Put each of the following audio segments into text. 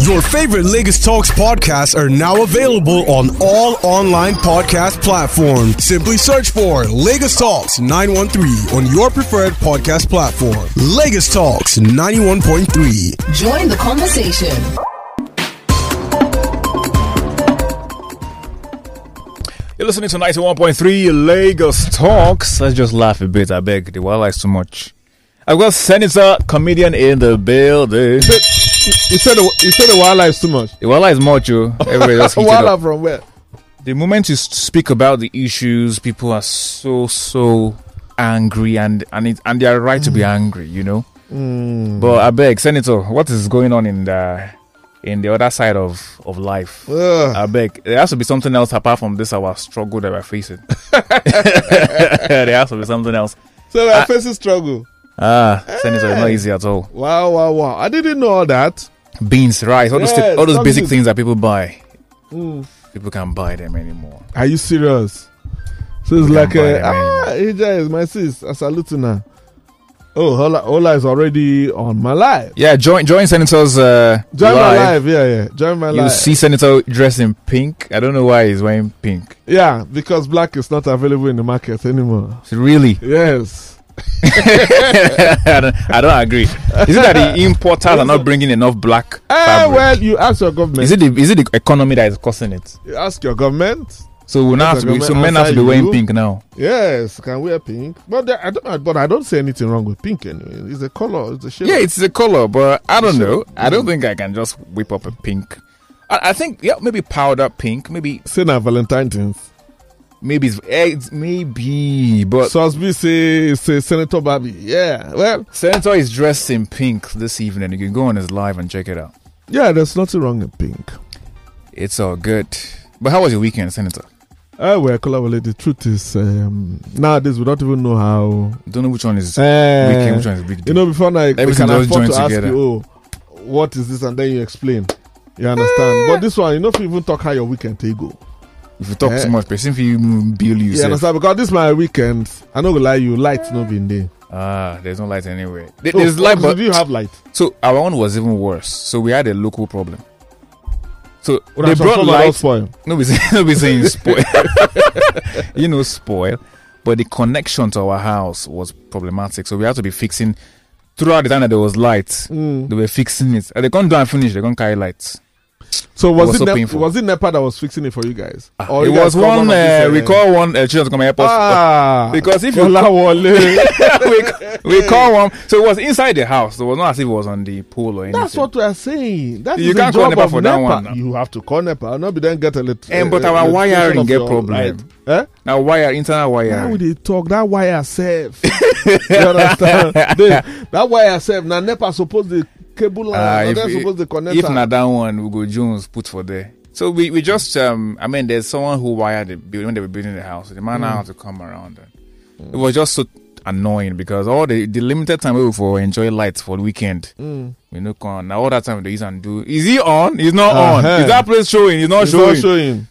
Your favorite Lagos Talks podcasts are now available on all online podcast platforms. Simply search for Lagos Talks 913 on your preferred podcast platform. Lagos Talks 91.3. Join the conversation. You're listening to 91.3 Lagos Talks. Let's just laugh a bit, I beg. The wildlife's too much. I've got Senator, comedian in the building. You said the, you said the wildlife is too much. The wildlife is much, oh. Everybody just heated up. Wildlife from where? The moment you s- speak about the issues, people are so, so angry and and, it, and they are right Mm. to be angry, you know? But I beg, Senator, what is going on in the in the other side of, of life? Ugh. I beg. There has to be something else apart from this our struggle that we're facing. there has to be something else. So we're facing struggle. Ah, senator, it's not easy at all. Wow, wow, wow. I didn't know all that. Beans, rice, all those Yes, thi- all those some basic is- things that people buy. Mm. People can't buy them anymore. Are you serious? So it's Come like, by, a, man. ah, Ija is my sis. I salute you now. Oh, Ola, Ola is already on my life. Yeah, join join senators. Uh, Join my live. life. Yeah, yeah. Join my You life. see senator dressed in pink. I don't know why he's wearing pink. Yeah, because black is not available in the market anymore. Really, Yes. I, don't, I don't agree. Is it that the importers are not bringing enough black Eh, fabric? well, you ask your government. is it the is it the economy that is causing it? You ask your government. So we now have Yes, to be the so government men have to be answer wearing you. pink now. Yes, can wear pink. But there, I don't. But I don't see anything wrong with pink anyway. It's a color. It's a shape. Yeah, it's the color, but I don't know. I don't think I can just whip up a pink. I, I think yeah, maybe powder pink, maybe say na Valentine's. maybe it's, eh, it's maybe, but Sosby say say Senator Bobby. Yeah. Well, Senator is dressed in pink this evening. You can go on his live and check it out. yeah. There's nothing wrong in pink. It's all good. But how was your weekend, Senator? Uh, well, Kolawole, the truth is, um, nowadays we don't even know how. Don't know which one is weekend, Uh, which one is big you deal. know, before now, they Everything can just afford join to ask together. you, oh, what is this, and then you explain. You understand? but this one, you know, if you even talk how your weekend take go. if Eh. you talk eh. too much, person for you mm, bill you. You sef. understand? Because this my weekend. I know go lie, you light no been there. Ah, there's no light anywhere. There- Oh, There's light, so but do you have light? so our one was even worse. So we had a local problem. So Well, they that's brought what I light. was for him. No, we say, no, we saying spoil. you know, spoil. But the connection to our house was problematic, so we had to be fixing throughout the time that there was light. They were fixing it. And they can't do and finish. They can't carry lights. So It was was it, so Nep- painful. was it Nepa that was fixing it for you guys? Or Ah, it Oh, you was guys come one. of Uh, these, we call one uh, children to come and help us. ah Because if you- Kolawole. we, we call one. So it was inside the house. It was not as if it was on the pool or anything. That's what we are saying. That You is the can't call job NEPA of for that one now. You have to call NEPA. Not be then get a little. And but our wiring get problem. Eh? Now wire, internal How wire. would they talk? That wire safe. you understand? They- that wire safe. Now NEPA supposed the cable Ah, line. Uh, if- they're supposed to connect. If am. not that one, we go Jones put for there. So we, we just um I mean there's someone who wired the building when they were building the house. The Mm. man had to come around. And It was just so annoying because all the, the limited time we were for enjoy lights for the weekend. Mm. We no on now all that time they use and do. Is he on? He's not on. Uh-huh. Is that place showing? He's not It's showing. not showing.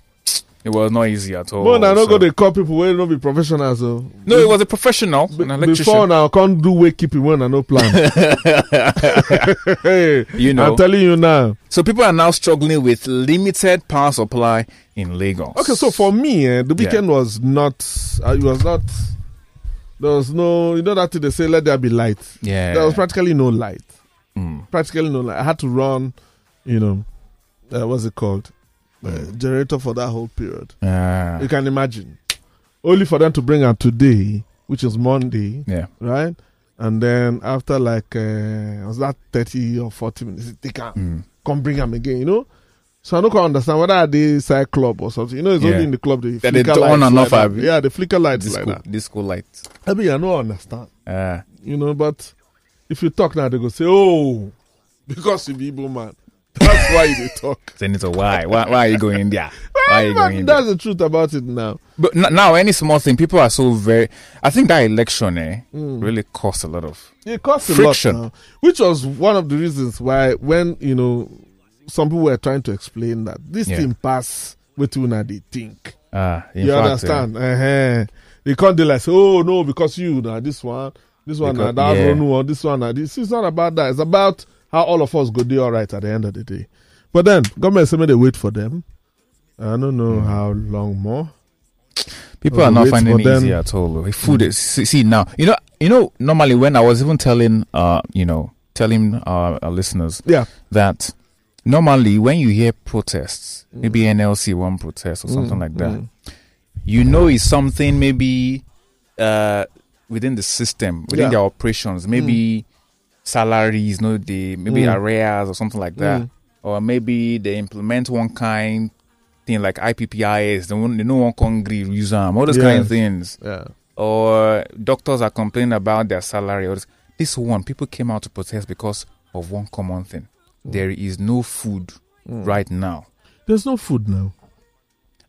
It was not easy at all. More than so- no go they call people where no be professionals. oh. So. no, it was a professional, an Before electrician. now, can't do wakekeeping when I no plan. hey, You know. I'm telling you now. So people are now struggling with limited power supply in Lagos. Okay, so for me, eh, the weekend was not. Uh, it was not. There was no. You know that thing they say, let there be light. yeah, There was practically no light. Mm. Practically no light. I had to run. You know, uh, what's it called? Uh, generator for that whole period. Ah, You can imagine. Only for them to bring out today, which is Monday, yeah. right? And then after like uh, was that thirty or forty minutes, they can Mm. come bring them again. You know. So I don't quite understand whether are they inside club or something. You know, it's Yeah. only in the club they they flicker do on lights and like off, that. abi? Yeah, the flicker lights disco, like that. disco lights. I mean, I don't understand. Uh, You know, but if you talk now, they go say, "Oh, because you be Igbo man, that's why they talk." Senator, why? why? Why are you going there? Why are you going there? that's the truth about it now. But n- now, any small thing, people are so very. I think that election eh, Mm. really cost a lot of. It costs a Friction. lot now, which was one of the reasons why when you know some people were trying to explain that this Yeah. thing pass with una they think. Uh, in you fact, eh, understand? Uh-huh. They can't do like, say, oh no, because you now this one, this one now Because- that yeah. one, one, this one now this. It's not about that. It's about how all of us go do all right at the end of the day. But then government say make they wait for them. I don't know how long more. People Oh, are not wait finding for it them. Mm. easy at all. though. Food is see, see now. You know, you know. Normally, when I was even telling, uh, you know, telling uh, our listeners Yeah. that normally when you hear protests, maybe NLC one protest or something Mm, like that, mm. you know, it's something maybe uh, within the system, within Yeah. their operations, maybe salaries, no, the maybe Mm. arrears or something like that, Mm. or maybe they implement one kind thing like IPPIS, they, won't, they no one can agree, use them, all those kind of things Yes. Yeah. or doctors are complaining about their salary. Or this, this one, people came out to protest because of one common thing: Hmm. there is no food right now. There's no food now.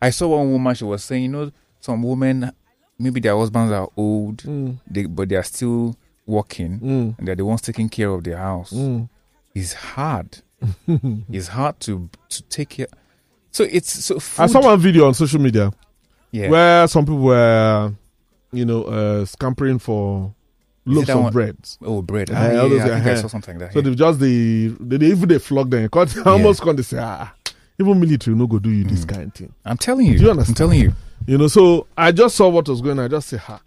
I saw one woman; she was saying, you know, some women, maybe their husbands are old, Hmm. they, but they are still working, Mm. and they're the ones taking care of their house. Hmm. It's hard. it's hard to to take care. So it's so food. I saw one video on social media yeah. where some people were, you know, uh, scampering for loaves that of one? bread. oh, bread. Yeah, Ah, yeah, all those- I think I yeah. saw something like that. So yeah. they've just they, they, they even they flogged them. Cause they almost come they say ah, even military no go do you this Mm. kind of thing. I'm telling you. Do you understand? I'm telling you. You know, so I just saw what was going on. I just say ha.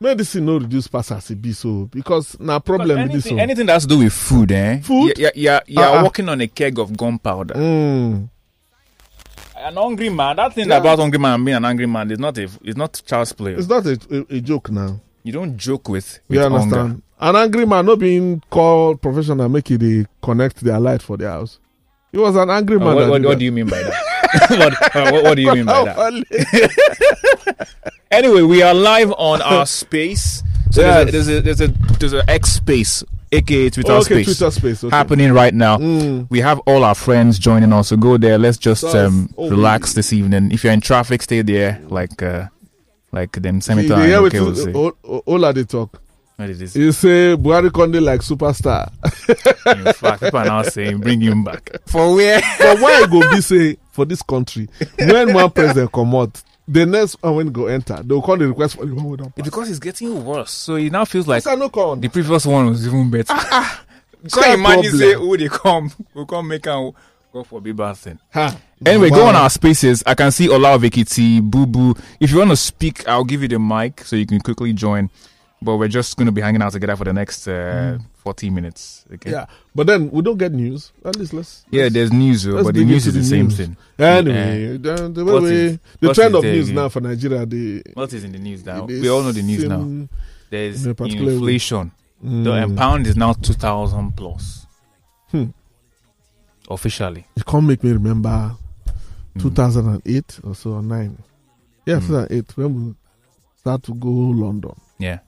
Medicine no reduce pass as it be so because now problem But with this anything, one. anything that's to do with food, eh? Food? Yeah, yeah, yeah. Uh-uh. Working on a keg of gunpowder. Mm. An hungry man. That thing Yeah. about hungry man being an angry man is not a, it's not child's play. It's not a, a, a joke now. you don't joke with, with You understand? hunger. An angry man not being called professional make it they connect their light for their house. He was an angry Uh, man. what, what, what do you mean by that? what, uh, what, what do you mean by that? Anyway, we are live on our space. So Yes. there's a there's a there's a there's a X space, aka Twitter okay, space, Twitter space. Okay. happening right now. Mm. We have all our friends joining us, so go there. Let's just So, um, oh, relax this evening. If you're in traffic, stay there, like uh, like them You- cemetery. you hear Oh. Okay, we'll wetin see. O- O- Ola dey talk. What it is. He say Buhari Conde like superstar. In fact, people are now saying, "Bring him back." For where? but why e go be say for this country when one president comot the next one when go enter they go come dey request for the one wey don pass. Because it's getting worse, so it now feels like Sir, no come. the previous one was even better. Sir, Can't imagine Ah, problem. say who they come, who come make and go for big bad thing. Ha. Anyway, go Wow. on our spaces. I can see Olavikiti, Boo Boo. If you want to speak, I'll give you the mic so you can quickly join. But we're just going to be hanging out together for the next uh, 40 minutes. Okay. Hmm. Yeah, but then we don't get news. At least let's. Yeah, there's news, though, Let's but the dig news is into the, the same news. thing. Anyway, the, the, way What we, is- the what trend is of there news again? now for Nigeria, the What is in the news now? the We all know the news now. same- There's in a particular way. inflation. The um, pound is now 2,000 plus. Hmm. Officially. Hmm. It can't make me remember 2008 or so or nine. Yeah, 2008 when we start to go London Yeah.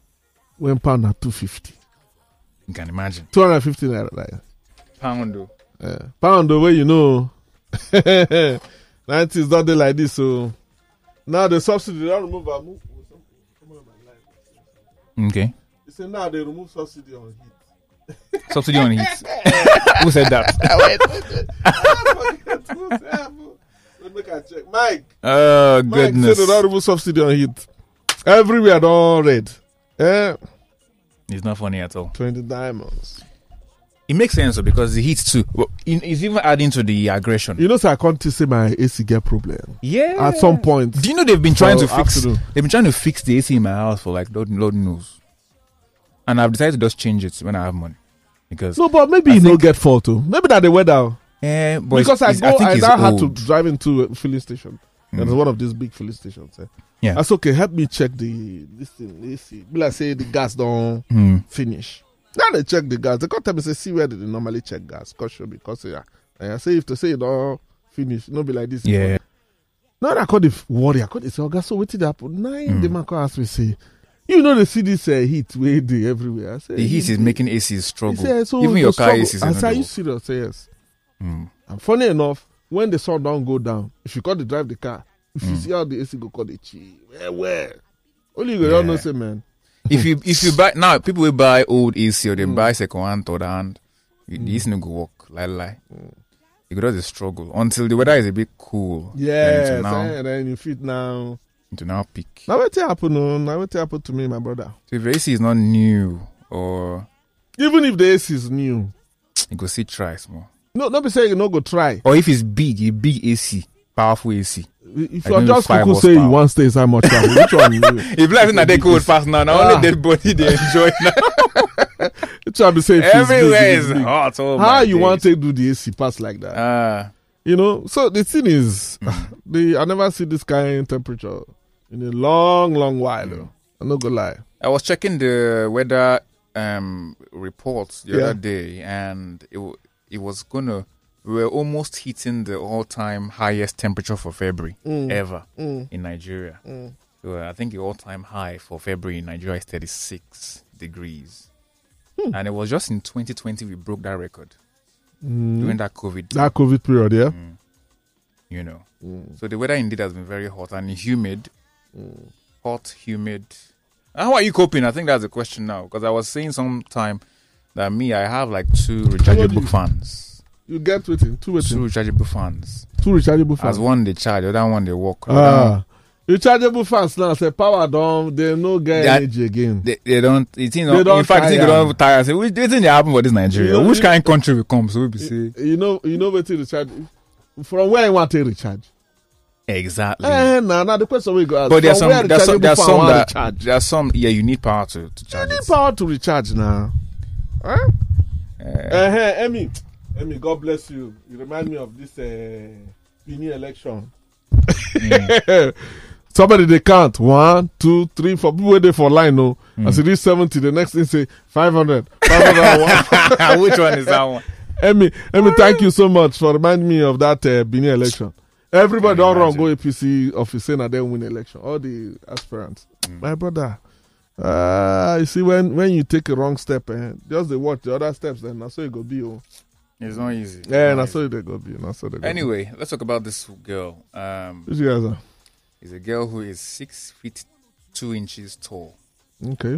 when pound at 250, You can imagine. 250 naira. Like, Pound, though. Uh, pound the way you know. 90s don't dey like this, so now the subsidy they don't remove. am. Okay. They say now they remove subsidy on heat. Subsidy on heat. Who said that? Let me can check. Mike, Oh, Mike goodness. said they don't remove subsidy on heat. Everywhere don't red. Eh, It's not funny at all. 20 diamonds. It makes sense though, because the heat too. Well, it- it's even adding to the aggression. You know, sir, I can't say my AC get problem. Yeah. At some point, Do you know they've been trying So, to fix? afternoon. They've been trying to fix the AC in my house for like Lord, Lord knows, and I've decided to just change it when I have money because no, but maybe I you no think- get fault. oh. Maybe that the weather. eh, but because I it's- go, I, it's now had to old. drive into a filling station. Mm. There's one of these big filling stations. Eh? Yeah. That's okay. Help me check the this thing. AC. Be like say the gas don't Hmm. finish. Now they check the gas. They come tell me say see where they dey normally check gas. Cause show me cause yeah. And I say if they say it don't finish, no be like this. Yeah, Now I call the worry. I call the say oga. So what did happen? Nine Mm. the man come ask me say, you know they see this uh, heat way dey everywhere. I say the heat is dey. making AC He struggle. say, so even the your car struggle- AC is I say are another you one. serious? Say, yes. Hmm. And funny enough, when the sun don't go down, if you come to drive the car, if Mm. you see how the AC go call the chi, where, where? Only you go don't know, Yeah. say, man. If you if you buy now, people will buy old AC or they Hmm. buy second hand, third hand. You- The AC no go work, lie lie. Hmm. It could just struggle until the weather is a bit cool. then Yes, eh. to now, and then you fit now. to now peak. Now what happened? oh, Now what happened to me, my brother? So if your AC is not new or Even if the AC is new, you go see try more. No, not be saying you no go try. Or if it's big, a big AC, powerful AC. If I you're know just five cuckoo say you horsepower. want stay inside much time, which one you If like that they could fast now, now Ah. only dead body they enjoy now. which one be saying Everywhere is hot. Oh How my you days. want to do the AC pass like that? Ah, You know, so the thing is, Mm-hmm. the I never see this kind of temperature in a long, long Mm. while. though. I'm not gonna lie. I was checking the weather um reports the Yeah. other day, and it wa- it was gonna. We were almost hitting the all-time highest temperature for February ever in Nigeria. So uh, I think the all-time high for February in Nigeria is 36 degrees, and it was just in 2020 we broke that record during that COVID. That COVID period, yeah. Mm. you know. So the weather indeed has been very hot and humid. Hot, humid. How are you coping? I think that's the question now because I was saying sometime that me, I have like two rechargeable fans. You get waiting, Two two waiting, rechargeable fans. two rechargeable As fans. one they charge, the other one they walk. The other one- Ah, rechargeable fans now. Say power down, they no get That- energy again. They, they don't, it, you know, They don't in fact, you tire. don't have tire. I say, which do you think they happen for this Nigeria? You know, which you- kind of country we come? So we be say, you know, you know, waiting recharge. From where you want to recharge? exactly. Eh, nah, nah. The question we go ask. Mm. but there's from some, where there's some, rechargeable there's fan some want that, recharge? there's some, yeah, you need power to, to You charge need it. power to recharge now. Huh? Eh. Uh, hey, Emmy, Emmy, God bless you. You remind me of this uh, Bini election. Somebody they count one, two, three, four people waiting for line. No, as it is seventy, the next thing say 500. 500 and one. which one is that one? Emmy, Emmy, thank you so much for reminding me of that uh, Bini election. Everybody Can don't run imagine. go APC office saying that they win election. All the aspirants, my brother. Uh, you see, when when you take a wrong step, eh, just they watch the other steps, then that's how it go be. Oh. It's not easy. Yeah, and I Not easy. saw they go be. And I saw they go. Anyway, let's talk about this girl. Um, Which you guys are is a girl who is six feet two inches tall. okay.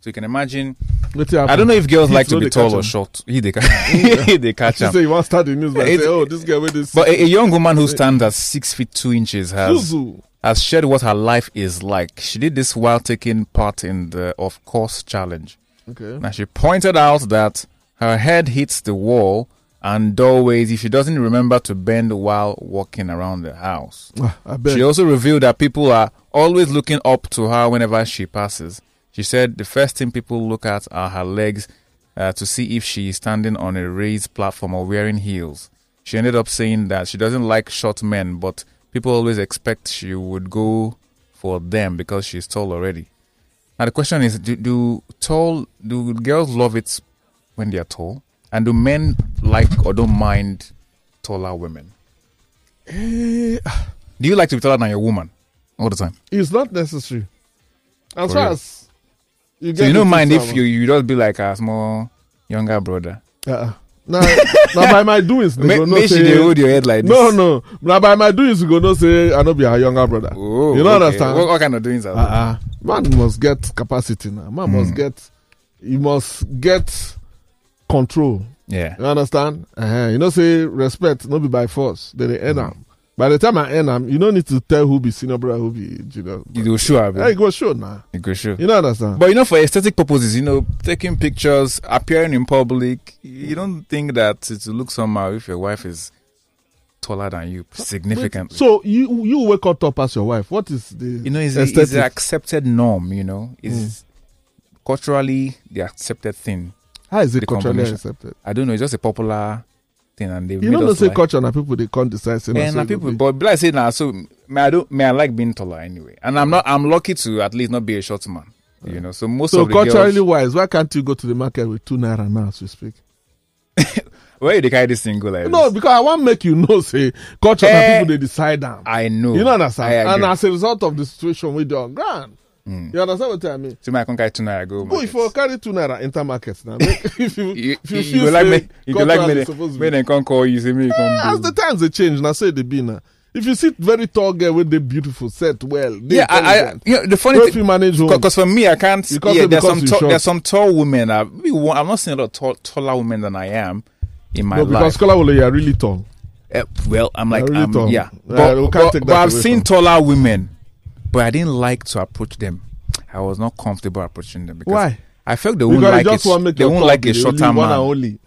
So you can imagine. What happened? I don't know if girls Heat like to no be dey tall catch or am. short. He they catch, they catch She them. say you want to start the news by It's- say, "Oh, this guy with this." But a, a young woman who stands at six feet two inches has Zuzu. has shared what her life is like. She did this while taking part in the Of Course Challenge. Okay. Now she pointed out that her head hits the wall and doorways if she doesn't remember to bend while walking around the house. Ah, I bet. She also revealed that people are always looking up to her whenever she passes. She said the first thing people look at are her legs uh, to see if she is standing on a raised platform or wearing heels. She ended up saying that she doesn't like short men, but people always expect she would go for them because she's tall already. Now the question is: Do, do tall do girls love it when they are tall, and do men like or don't mind taller women? Eh, Do you like to be taller than your woman all the time? it's not necessary. As For far real. as you So you the don't mind things if I you, you just be like a small younger brother. want. Uh-uh. Now, now by my doings, they go Make, no make sure say- they hold your head like this. No, no. Now by my doings, you go no say I no be her younger brother. Oh, you don't okay. understand. What, what kind of doings are that? uh-uh. man must get capacity now. Man Hmm. must get, you must get control. Yeah. You understand? Uh-huh. You know, say respect, not be by force. Then they Mm. earn am. By the time I earn am, you don't need to tell who be senior brother, who be junior. You go sure, Yeah, bro. it go show now. You go sure. You know understand? But you know, for aesthetic purposes, you know, taking pictures, appearing in public, you don't think that it will look somehow if your wife is taller than you significantly. So you you wake up top as your wife. What is the you know, it's, a- aesthetic? Hmm. it's an accepted norm, you know. It's culturally the accepted thing. How is it the culturally combination? accepted? I don't know, it's just a popular thing and they've You made know, not us say like- culture and people they can't decide. Say, na Yeah, so na it go people, be. but like I say now, so me I don't, me I like being taller anyway, and Mm. I'm not, I'm lucky to at least not be a short man, you know. So most so of the girls- culturally wise, why can't you go to the market with two naira now as we speak? where they carry this thing go like No, this? because I want to make you know, say culture and Eh, people they decide them. I know, You know Oh, I understand? agree. Hmm. And as a result of the situation we do on ground, you understand what I mean? so me I can carry two naira go. But if you carry two naira enter market now, make- if you, you, if you, you, you feel go like say me, you go like culturally me, supposed to me be- then can call you, say me you as come. the times they change, now say they be now. If you see very tall girl with the beautiful set, well, they yeah, I, I, intelligent. you know, the funny Don't thing, you manage home. because for me I can't. You can't yeah, say there's because some you tall, short. there's some tall women. I, we, won't- I've not seen a lot of tall, taller women than I am in my No, life. because Kola Wole, you are really tall. Eh, well, I'm like, really um, tall. yeah. Yeah, But, we can't but- take that but I've away seen from taller women, but I didn't like to approach them. I was not comfortable approaching them because Why? I felt they won't Because you like just it. want to make They your won't tall like be a the shorter only one and man. only.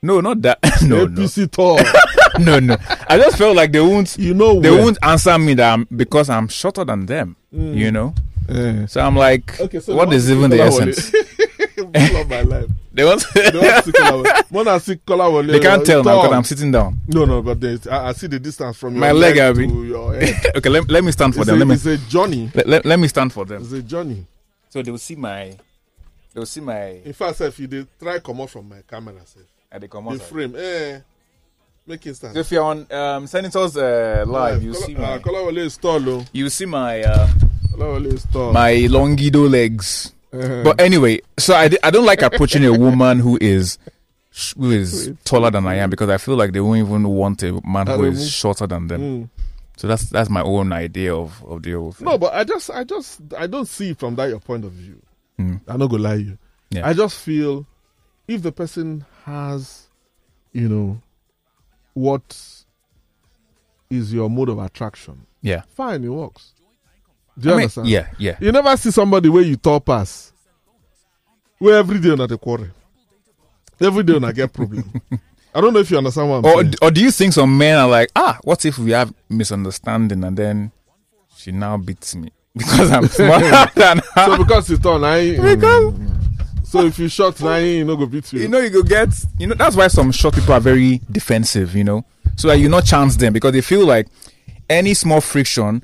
No, not that. no, no, APC tall. no, no. I just felt like they won't. You know They where. won't answer me that I'm, because I'm shorter than them. You know. Eh. So I'm like, Mm. Okay, so what they is want even the Kola Wole. essence? Full of my life. They want. They want to see Kola Wole. When I see Kola Wole, they can't uh, tell now tall. because I'm sitting down. No, no, but there's, I, I see the distance from your My leg, Abi. to your head. okay, let, let me stand for It's, them. a, Let me it's a journey. let, let, let me stand for them. It's a journey. So they will see my, they will see my. In fact, sef, if you dey try come out from my camera, sef, At the the command. frame, eh, make it stand. So if you're on um, Senators uh, live, you Kola- see ah, my, Kolawole is tall, oh. you see my uh, Kolawole is tall. my longido legs. Eh. But anyway, so I, di- I don't like approaching a woman who is sh- who is taller than I am because I feel like they won't even want a man who That is remove- shorter than them. Mm. So that's that's my own idea of of the whole thing. No, but I just, I just, I don't see it from that your point of view. Mm. I'm not gonna lie you. Yeah. I just feel if the person has, you know, what is your mode of attraction, Yeah. fine, it works. Do you I mean, understand? yeah, yeah. You never see somebody where you top us. Where every day on the quarry. Every day on I get problem. I don't know if you understand what I'm Or saying. or do you think some men are like, ah, what if we have misunderstanding and then she now beats me because I'm smaller than her? so because it's on I uh, Because- so if you shot nine, you know go beat you. you know you go get you know that's why some short people are very defensive you know so that you not chance them because they feel like any small friction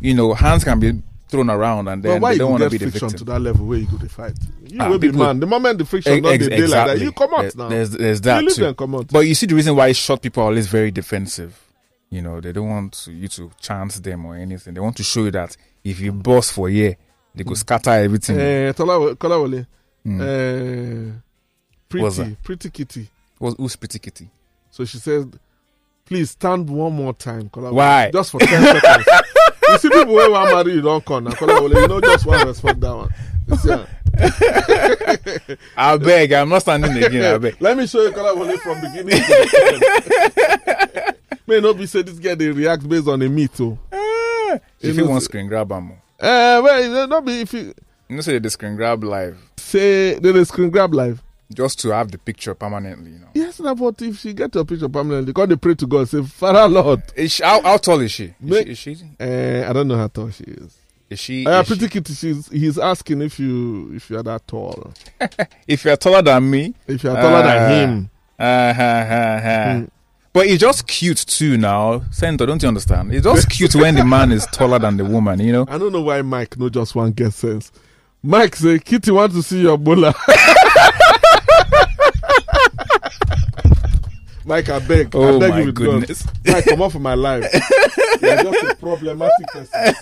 you know hands can be thrown around and but then why they you don't go want to get be the friction to victim that level where you go to fight? You Ah, will be people- man. The moment the friction not Ex- the day like that, you come out There- now. there's, there's you that leave too. them come out. but you see the reason why short people are always very defensive you know they don't want you to chance them or anything they want to show you that if you boss for a year they go scatter everything Mm. Eh, Tola Kolawole, Mm. eh, What's pretty, pretty kitty. Who's- who's pretty kitty So she said, please stand one more time. Kolawole. Why? Just for 10 seconds. you see, people where one marry, you don't come. Now, Kolawole, you know, just one respect that one. You see, ah. i beg i'm not standing again i beg Let me show you Kolawole from beginning to the end. May not be say this guy, they react based on a myth. Oh. if you want screen grab am o. Uh, well, not be if you you know say they screen grab live say, then they screen grab live. just to have the picture permanently, you know. Yes, now, but if she get your picture permanently, because they pray to God, say, Father Lord. Is she, how, how tall is she? Is Make- she is she Uh, I don't know how tall she is. is she, Uh, is pretty she kitty, she's, he's asking if you if you are that tall. if you're taller than me? If you're taller Ah. than him, Uh, ha, ha, ha. Mm. But it's just cute too now. Senator, don't you understand? It's just cute when the man is taller than the woman, you know? I don't know why Mike no just one get sense. Mike say, Kitty want to see your bola. Mike, I beg, Oh I beg my you with goodness. God. Mike, come off from my life. You're just a problematic person.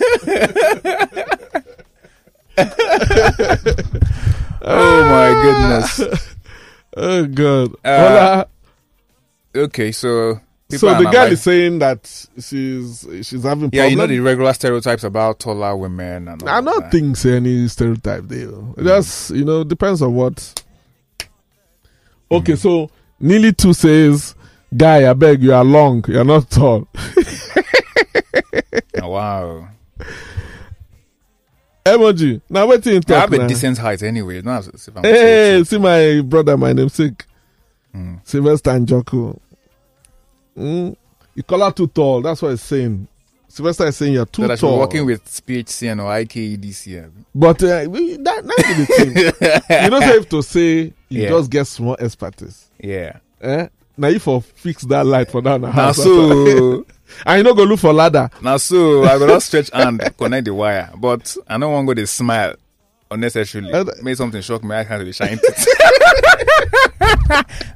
Oh my goodness. Oh God. Uh, Bola. Okay, so people So are the not girl like- is saying that she's she's having yeah, problem. you know the regular stereotypes about taller women and all I don't that. think so any stereotype there. Mm. It Just you know, depends on what. Mm. Okay, so Neely two says, "Guy, I beg you are long. You are not tall." Oh, wow. Emoji. Now wait till you I talk. have a now. decent height anyway. It's Not as if I'm Hey, so- see my brother, my namesake, Mm. Sylvester Njoku. Mm. You call her too tall. That's what he's saying. Sylvester is saying you're too that I should be tall. working with PHCN or IKEDCN. But uh, we- that, that's the thing. you don't have to say you Yeah. just get small expertise. Yeah. eh? na you for fix that light for down Now house so and you no go look for ladder now so I go just stretch hand connect the wire, but I no wan go dey smile unnecessarily. Uh, Make something shock me. I can't dey shine teeth.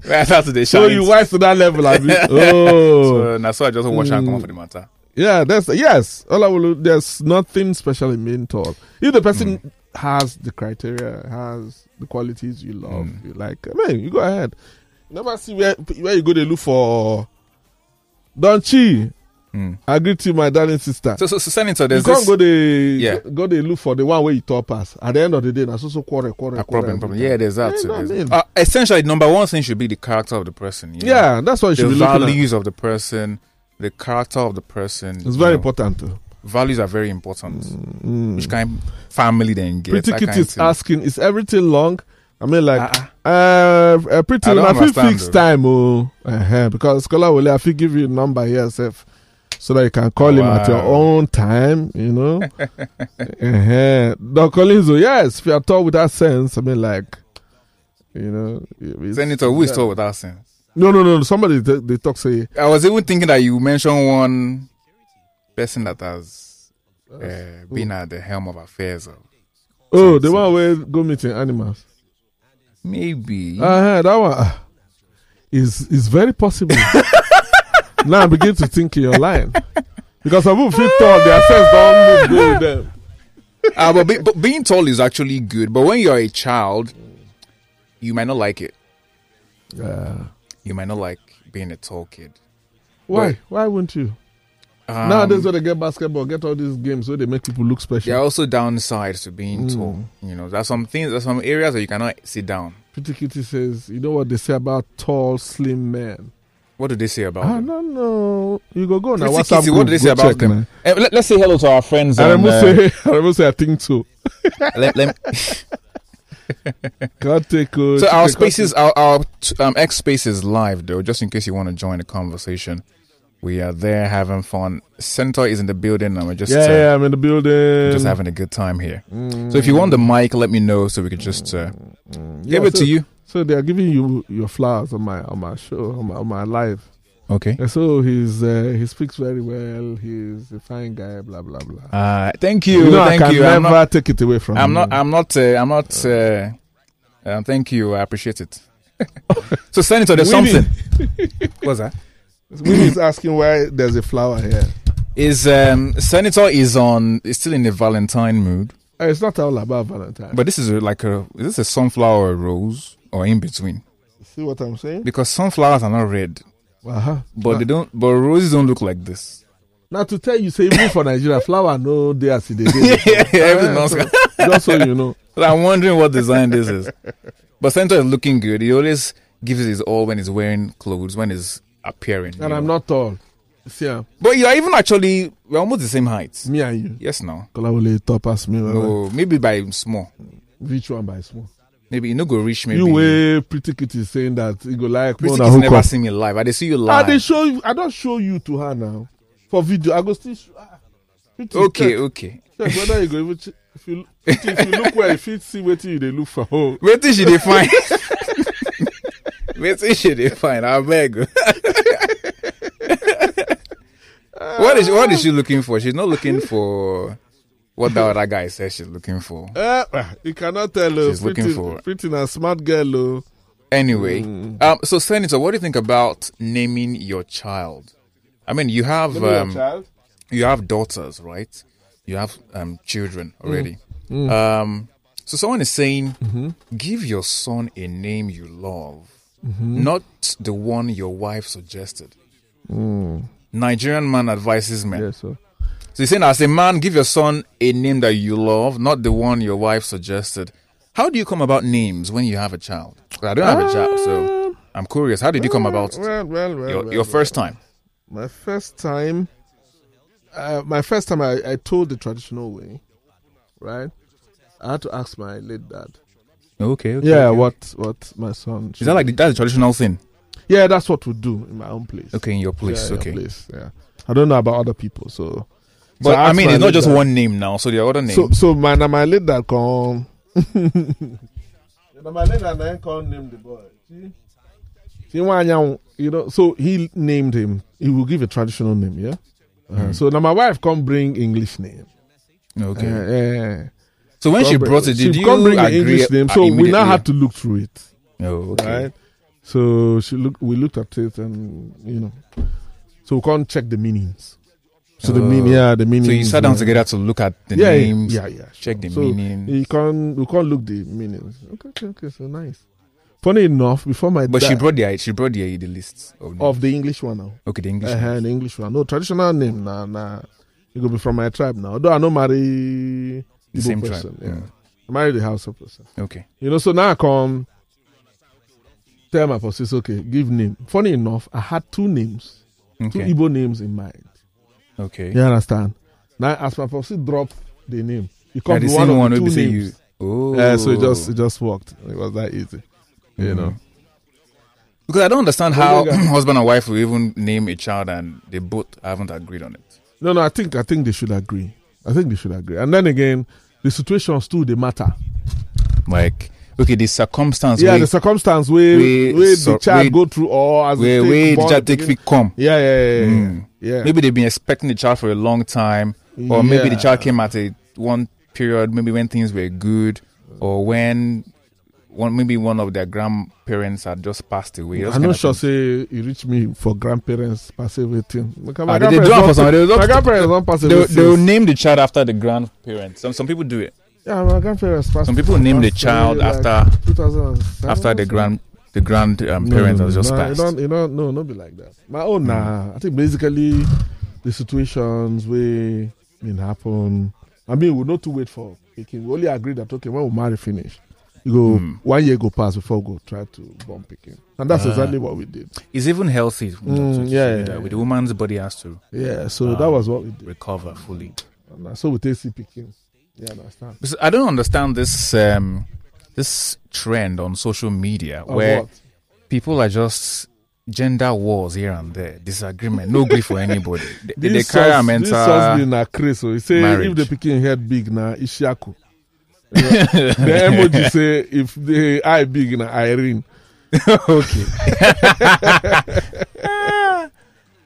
Wey I start to dey so shine. you teeth. wise to that level abi oh So na so I just wash hand comot for the matter. yeah that's yes olawolu there's nothing special in being tall if the person Hmm. has the criteria has the qualities you love Mm. you like man you go ahead never see where where you go dey look for don chi Mm. i greet you my darling sister So, so so senator, Hmm. you there's can't this go dey Yeah. go dey look for the one wey you top pass at the end of the day na so so quarrel quarrel a quarrel Ah, problem problem. every time. Yeah, there's that. Yeah, too. no, There's- man. Uh, essentially, number one thing should be the character of the person. you know? Yeah, that's what you The should be looking at. values of the person, the character of the person. It's you very know. important. too. Values are very important. Mm. Which kind of family then get? Pretty that Kitty kind is thing. asking, is everything long? I mean, like, Uh-uh. uh, uh, pretty I I don't fit understand, fix though. time, oh, uh-huh, because Scholar will I fit give you number here, sef, so that you can call him at your Wow. own time, you know. uh-huh. Doc Collins, oh, yes, if you are tall with that sense, I mean, like, you know, it's- Senator, who is yeah. tall without sense? No, no, no, somebody they, they talk say, I was even thinking that you mentioned one person that has uh, been at the helm of affairs. Of. oh, the so- one where go meeting animals. Maybe. Uh, that one ah, is is very possible. now I begin to think in your line because I will feel tall. Their sense don't move go with them. Ah, but, be, but being tall is actually good. But when you're a child, you might not like it. Yeah. You might not like being a tall kid. Why? Why wouldn't you? Um, Nowadays, when they get basketball, get all these games where they make people look special. there are also downsides to being tall. Mm. You know, there's some things, there's some areas that you cannot sit down. Pretty Kitty says, you know what they say about tall, slim men. What do they say about I them? don't know. You go go now. Pretty WhatsApp Kitty, what do they group, say go about check, them? man. Eh, let, us say hello to our friends. I on, remember uh, say, I remember say, I think so. let- let- God take good. so our spaces, our, our t- um, X space is live though, just in case you want to join the conversation. We are there having fun. Center is in the building, and we're just Yeah, uh, yeah, I'm in the building. just having a good time here. Mm. So if you want the mic, let me know so we can just uh, Yeah, give it so- to you. So they are giving you your flowers on my on my show on my, on my live. Okay. And so he's uh, he speaks very well. He's a fine guy. Blah blah blah. Uh, thank you. know I thank can you. never I'm not. take it away from. I'm him. not. I'm not. Uh, I'm not. Uh, um, thank you. I appreciate it. so senator, there's Winnie. something. What's that? Winnie is asking why there's a flower here. Is um, senator is on? Is still in a Valentine mood. Uh, It's not all about Valentine. But this is a, like a is this a sunflower rose or in between? see what I'm saying? Because sunflowers are not red, Uh-huh. but now, they don't. But roses don't look like this. now to tell you, say even for Nigeria, flower no day as it is. yeah, everything Uh, else- so- Just so you know. But I'm wondering what design this is. But Santa is looking good. He always gives his all when he's wearing clothes, when he's appearing. you And I'm know. not tall. See, uh, But you're even actually we're almost the same height. me and you. Yes, no. Kolawole top as me. No. No, maybe by small. Which one by small? Maybe you no go reach. Maybe You way pretty kitty saying that you go like Pretty "Mona, kids hook never up." see me live. I they see you Ah, live. they show you. I don't show you to her now for video. I go still. Show, ah, Pretty, okay, Check, okay. check whether you go even ch- if you Pretty, if you look well, if you see what you they look for. Oh, Wait till she dey find. Wait till she dey find. I beg. what is what is she looking for? She's not looking for what that other guy says she's looking for. Eh, ah, you cannot tell. Oh, She's pretty, looking for- pretty and smart girl. Oh, Anyway, um, so Senator, what do you think about naming your child? I mean, you have um, child. you have daughters, right? You have um, children Mm. already. Um, so someone is saying, Mm-hmm. give your son a name you love, Mm-hmm. not the one your wife suggested. Nigerian man advises men. Mm. Yes, sir. So he's saying, as a man, give your son a name that you love, not the one your wife suggested. How do you come about names when you have a child? 'Cause I don't have a child, so I'm curious. How did you come about it? Um, Well, well, well. Your, well, your well. first time. My first time, uh, my first time, I, I told the traditional way, right? I had to ask my late dad. Okay. Yeah, what what my son? Is that like the, that's a traditional thing? Yeah, that's what we do in my own place. Okay, in your place. yeah, okay. Your place. Yeah, I don't know about other people, so. But I ask mean, my it's not late just dad. one name now. So there are other names. So so my na my late dad come. na my late dad then come name the boy. See? See, one young- You know, so he named him. He will give a traditional name, yeah. Uh, So now my wife come bring English name. Hmm. okay. Uh, yeah. so when she Come brought bring- it, did she you come bring the agree English name? uh, So we now immediately? had to look through it. Oh, okay. right? So she look, we looked at it, and you know, so we can't check the meanings. So the mean, Oh. yeah, the meaning. So you sat down together to look at the yeah, yeah, names, yeah, yeah. check the so meaning. You can't, we can't look the meanings. Okay, okay, okay, so nice. Funny enough, before my But dad, she brought the she brought the, the list of, names. of the English one now, okay the English. uh, names. the English one, no traditional name, nah, nah. It could be from my tribe now. Although I know marry The Igbo same tribe, person, yeah, mm. I marry the Hausa person. Okay. You know, so now I come tell my process, okay, give name. Funny enough, I had two names, two Okay. Igbo names in mind. Okay. You understand? Now, as my process drop the name, it Yeah, comes the one same of one the will be two say you. names. Oh. Yeah, Uh, so it just it just worked. It was that easy, Mm-hmm. you know. mm. Because I don't understand Oh, how yeah. husband and wife will even name a child and they both haven't agreed on it. No, no, I think I think they should agree. I think they should agree. And then again, the situation still they matter. Like, okay, the circumstance yeah, where, the circumstance where we- where the so- child we- go through or as where, it where the born at child the take beginning. fit come. Yeah, yeah, yeah, yeah. Mm. yeah. Maybe they've been expecting the child for a long time, or maybe the Yeah. child came at a one period, maybe when things were good, or when one maybe one of their grandparents had just passed away. Those I'm kind not of sure. things. Say you reach me for grandparents pass everything. Look, my Ah, they- they do grandparents am don't- for some- they my don't- grandparents don't pass They will- away. they will since. name the child after the grandparents. Some some people do it. Yeah, my grandparents passed. Some people name the passed child away, like, after 2007 after the or grand the grand um, No, parents no, has no, just no, passed. Mm. You don't, you don't, no, not be like that. My own, nah. I think basically the situations where it happen. I mean, we not to wait for picking. We only agree that okay, when we marry, finish. You go Mm. one year go pass before we go try to bomb picking, and that's Ah. exactly what we did. It's even healthy. to- to Mm, yeah, do yeah, that. yeah. With the woman's body has to Yeah, so Ah. that was what we did. recover fully. And, uh, so we take C picking. Yeah, understand. Because I don't understand this um, this trend on social media Of where what? people are just gender wars here and there, disagreement, no good for anybody. They, they This carry a sus- mental. This sus been a craze. So he say if marriage. the picking head big na Ishaku. the emoji say if the eye big na Irene. okay.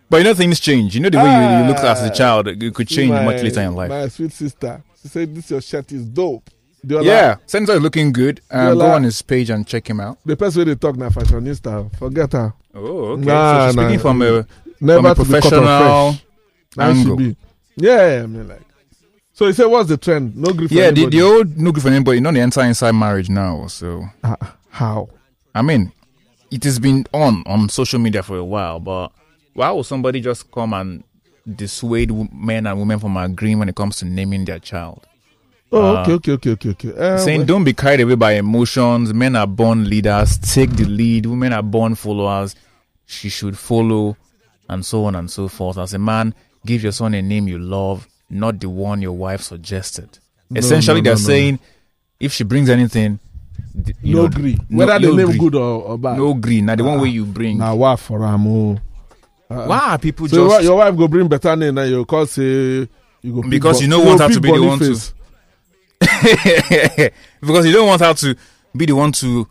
but you know things change. You know the way you, you look at as a Ah. child, it could change much later in life. My sweet sister, she said this your shirt is dope. The other, yeah, Senzo is looking good. Um, Yola. go on his page and check him out. The person where they talk now fashionista, forget her. Oh, okay. Nah, so she's nah, speaking nah. from a Never from a to be cut professional off fresh. Now she angle. be. Yeah, I mean like. So he said, what's the trend? No grief. for yeah. The, anybody. the old no good for anybody. Not the enter inside marriage now. So Ah, how? I mean, it has been on on social media for a while, but why would somebody just come and dissuade w- men and women from agreeing when it comes to naming their child? Oh, Uh, okay, okay, okay, okay, okay. Uh, Saying well, don't be carried away by emotions. Men are born leaders. Take the lead. Women are born followers. She should follow, and so on and so forth. As a man, give your son a name you love, not the one your wife suggested. no, Essentially, no, they're no, no. saying if she brings anything, th- you no know, agree. no- Whether no the name gree. good or, or bad. no green. Now the one Ah. way you bring. Now what for am oh. Uh, Why are people So your wi- just your wife go bring better name and you call say you go pick Because Bo- you no go want her to pick be the one to- Boniface. because you don't want her to be the one to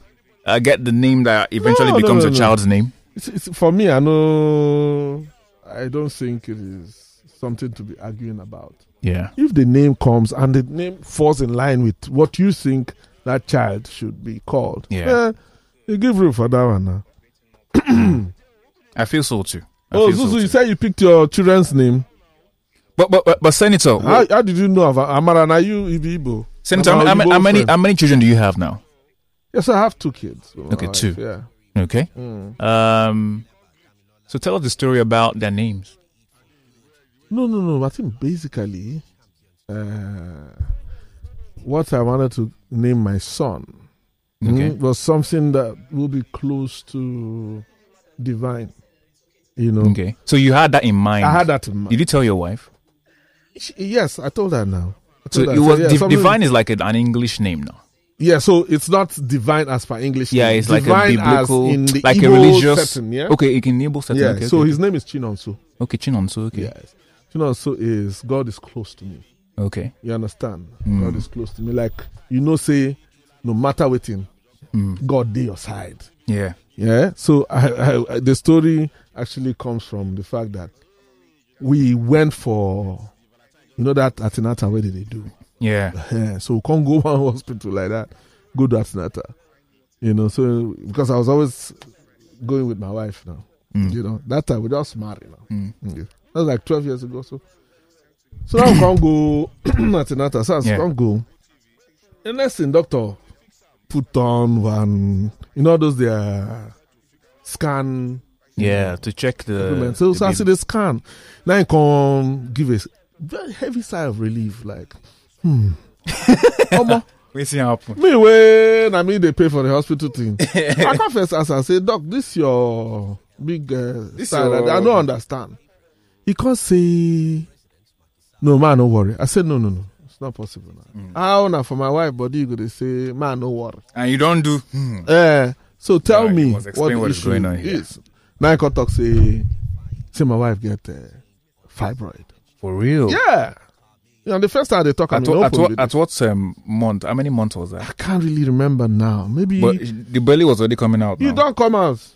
uh, get the name that eventually No, no, becomes your no, no. child's name? It's, it's, for me, I know. I don't think it is something to be arguing about. Yeah. If the name comes and the name falls in line with what you think that child should be called, Yeah. eh, you give room for that one. Now. I feel so too. I Oh, feel so Zuzu, too. you said you picked your children's name. but, but but but Senator, How, how did you know of Amara? Are you Igbo? Senator, Now, how, ma- you how both many friends. how many children do you have now? Yes, I have two kids. with my Okay, two. Yeah. Okay. Mm. Um. So tell us the story about their names. No, no, no. I think basically, uh, what I wanted to name my son Okay. mm, was something that will be close to divine. You know, Okay. So you had that in mind. I had that in mind. Did you tell your wife? She- yes, I told her now. I So told her, I it said, was yeah, div- something- divine is like an an English name now. Yeah, so it's not divine as per English. Yeah, name. it's like a divine biblical- as in the like a Igbo religious- setting, yeah, Okay, it can enable certain. yeah. okay, so okay, his name is Chinonso. okay, Chinonso. Okay, Yes, Chinonso is God is close to me. okay. You understand? Mm. God is close to me. Like you know, say no matter waiting, Mm. God dey your side. Yeah. Yeah. So I, I, I, the story actually comes from the fact that we went for, you know, that Atinata. Where did they do? Yeah. Yeah, so we can't go one hospital like that. Go to Atinata. You know. So because I was always going with my wife now. Mm. You know, that time we just married now. Mm. Yeah. That was like 12 years ago. So, so now we can't go Atinata. So I Yeah. can't go. And next thing, doctor put on one, you know, those their scan Yeah, to check the. supplement. So, so I the see the scan. Now he come give a s- very heavy sigh of relief, like, hmm. Omo, we see how happen. me when I mean they pay for the hospital thing. I confess as I say, Doc, this your big uh, This style. I, I your- don't understand. He can't say, no man, don't worry. I said, no, no, no. It's not possible now. Mm. How now for my wife body you go dey say man no worry. and you don't do. Hmm. Eh, so tell Alright, you me must what explain the what is issue going on here. is. Now I can talk say say my wife get uh, fibroid. For real. Yeah. You know, the first time they talk, Oh. I, At, mean, what, at, openly, what, at what um, month? How many months was that? I can't really remember now. Maybe But the belly was already coming out. you now. don't come out.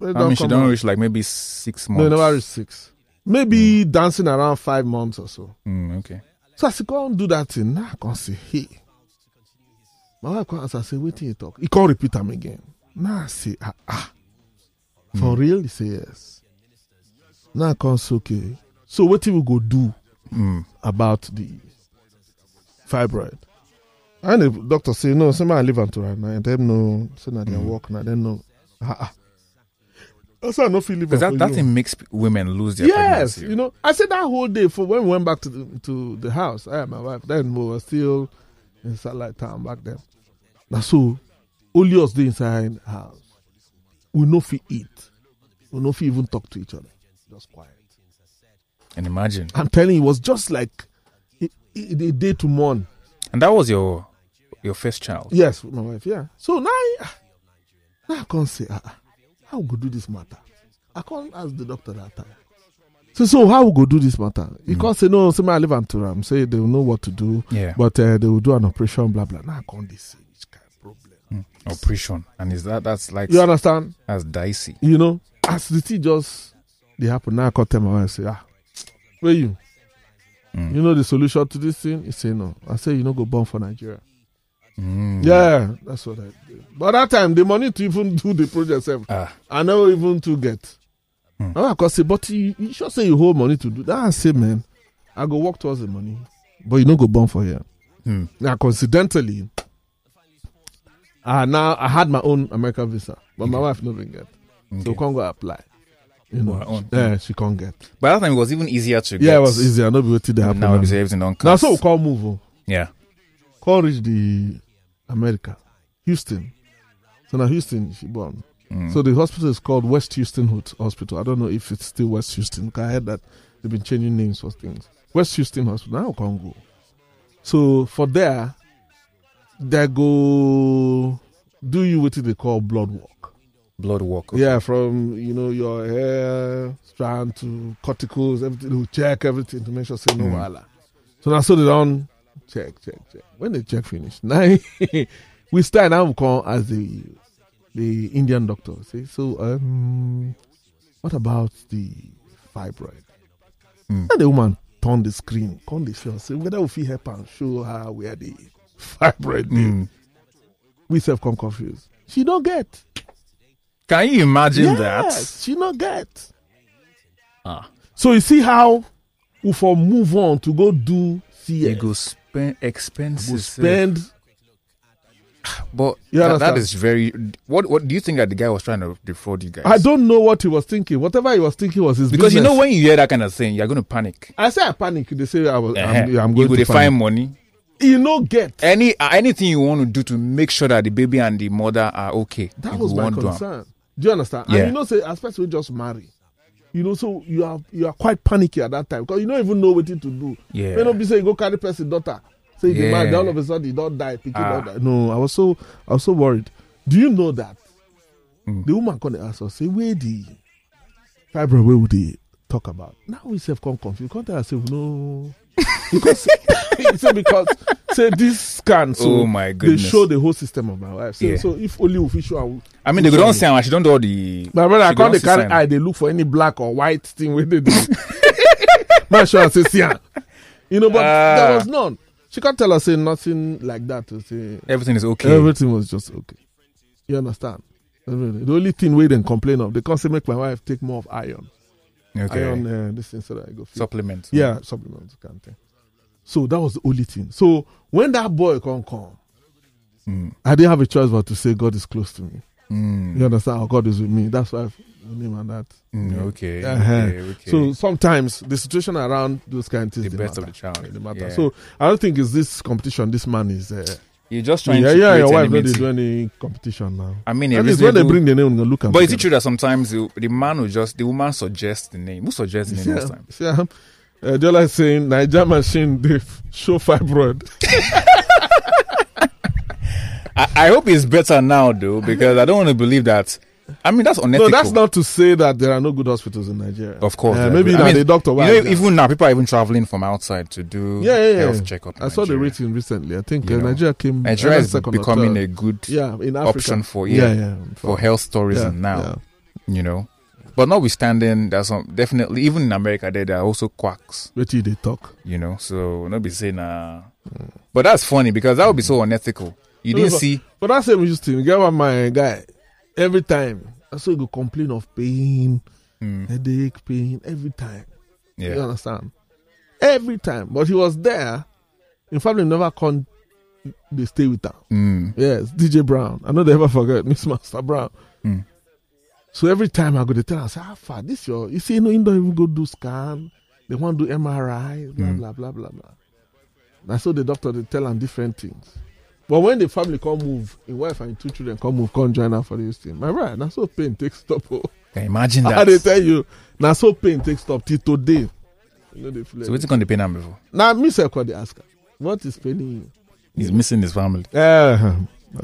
You I mean, she come don't out. reach like maybe six No, months. you never reach six. Maybe dancing around five months or so. Mm, okay. So I said, go and do that thing. Now I can't say, hey. My wife can't answer, I say, wait till you talk. He can't repeat them again. Now I say, ah, ah. For Hmm. real? He say, yes. Now I can't say, okay. So what we go do Mm. about the fibroid? And the doctor say, no, say, man, leave am to right now. And them no, say, now they Mm. work now. Them no, ah, ah. Also, I no feel leave am Because that, for that you. thing makes p- women lose their Yes, pregnancy. you know, I said that whole day for when we went back to the, to the house. I and my wife then we were still in satellite town back then. Now so only us dey inside house. We no fit eat. We no fit even talk to each other. Just quiet. And imagine. I'm telling you, it was just like a, a, a day to mourn. And that was your your first child. Yes, with my wife. Yeah. So now, I, ah, now I can't say ah, ah, how we go do this matter. I can't ask the doctor that time. So so how we go do this matter? He can't say no. Say my live and to am say they will know what to do, Yeah. but uh, they will do an operation. Blah blah. Now I can't dey say which kind of problem. Operation. And is that that's like You understand? that's dicey. You know, as the thing just they happen. Now I can't tell my wife say ah, where you? Mm. You know the solution to this thing? He say no. I say you know go born for Nigeria. Mm. Yeah, that's what I did. But that time, the money to even do the project self, Ah. I never even to get. Hmm. Oh, I could say, but you, you sure say you hold money to do that. I say, man, I go work towards the money, but you don't go born for here. Hmm. Now, coincidentally, I now I had my own American visa, but my wife never get, so Okay. can't go apply. You Her know, own. yeah, she can't get. By that time, it was even easier to get. Yeah, it was easy. I know we waited to happen. Now Now, it's everything on now cast. so we can't move. On. yeah. Call reach the America, Houston. So now Houston, she born. Mm. So the hospital is called West Houston Ho- Hospital. I don't know if it's still West Houston. 'cause I heard that they've been changing names for things. West Houston Hospital, now Congo. So for there, they go do you what they call blood work. blood work. Yeah, from you know your hair strand to cuticles, everything. They will check everything to make sure say no Mm. wahala. So now so they don't check, check, check. When they check finish, now we start now we come as the the Indian doctor. Say so. Um, what about the fibroid? Mm. And the woman turn the screen, come the show, say whether we fit help and show her where the fibroid. dey. Mm. We self come confused. She don't get. Can you imagine Yes, she not get. that? Ah. So you see how we for move on to go You do CS. go spend expenses. Go spend. But You that, that understand? is very. What What do you think that the guy was trying to defraud you guys? I don't know what he was thinking. Whatever he was thinking was his Because you business. know when you hear that kind of thing, you're going to panic. I say I panic. They say I was. Eh-heh. I'm, Uh-huh. I'm you going go to dey find. find money. You no get. Any uh, anything you want to do to make sure that the baby and the mother are okay. That you was go my on do am. concern. Do you understand? Yeah. And you know, say especially when you just marry. You know, so you are you are quite panicky at that time because you don't even know what to do. Yeah. May not be say you go carry person daughter. Say you Yeah. yeah. married, all of a sudden you don't die, picking Ah. ah. die. No, I was so I was so worried. Do you know that? Mm. The woman come and ask us, say, where the fibroid where would they talk about? Now we self come confused. Come tell us, say, no. Because say because say this scan so Oh my they goodness. show the whole system of my wife. So, Yeah. so if only we fit show am I mean, they go don't say I should don't do all the. my brother, I she can't go dey don carry see sign. eye. They look for any black or white thing with they do. Man, sure, I say, see am." You know, but Ah. there was none. She can't tell us say nothing like that to say Everything is okay. everything was just okay. You understand? Everything. The only thing we then complain of, they can't say make my wife take more of iron, okay. iron uh, this thing so that I go. Fit. Supplement. yeah, supplements can't. take. So that was the only thing. So when that boy can come, Mm. I didn't have a choice but to say God is close to me. Mm. You understand? Oh, God is with me. That's why I've name and that. Mm. Okay. Uh-huh. okay. Okay. So sometimes the situation around those kind of things the they best of matter. the child. They matter. Yeah. So I don't think it's this competition. This man is. Uh, you're just trying yeah, to. yeah. create Your wife enmity. not do any competition now. I mean, a At least when they reasonable- bring the name, we gonna look at. But is it true that sometimes the, the man will just the woman suggests the name? Who suggests the name Yeah, this time? yeah. Uh, Jola is saying Niger machine they f- show fibroid. I, I hope it's better now, though, because I don't want to believe that. I mean, that's unethical. No, that's not to say that there are no good hospitals in Nigeria. Of course, Uh, I maybe agree. I that mean, the doctor. You why know, is that? even now, people are even traveling from outside to do yeah, yeah, yeah. health checkup. in I saw the Nigeria. rating recently. I think You uh, know, Nigeria came. Nigeria either is second or becoming third. a good yeah in Africa. option for yeah, yeah, yeah, for health tourism now. You know, but notwithstanding, there's some definitely even in America there there are also quacks. Wait till they talk. You know, so not be saying uh But that's funny because that would be so unethical. You No, didn't but- see But that's the interesting. Get what my guy. Every time, I saw you go complain of pain, Mm, headache, pain every time. You yeah. understand? Every time. But he was there. In fact, they never con. They stay with her. Mm, Yes, DJ Brown. I know they ever forget Miss Master Brown. Mm. So every time I go to tell her, I say, how far this your you see, no, you don't even go do scan. They want to do MRI, blah Mm. blah blah blah blah. And so the doctor they tell them different things. But when the family come move, in wife and two children come move, come join her for this thing. My right, that's so pain takes stop. Oh. Can you imagine How they that. tell you, now so pain takes stop till today. You know they So flare. what's going to pay number for? now Miss Echo they ask her, what is paining you? He's missing his family. Yeah.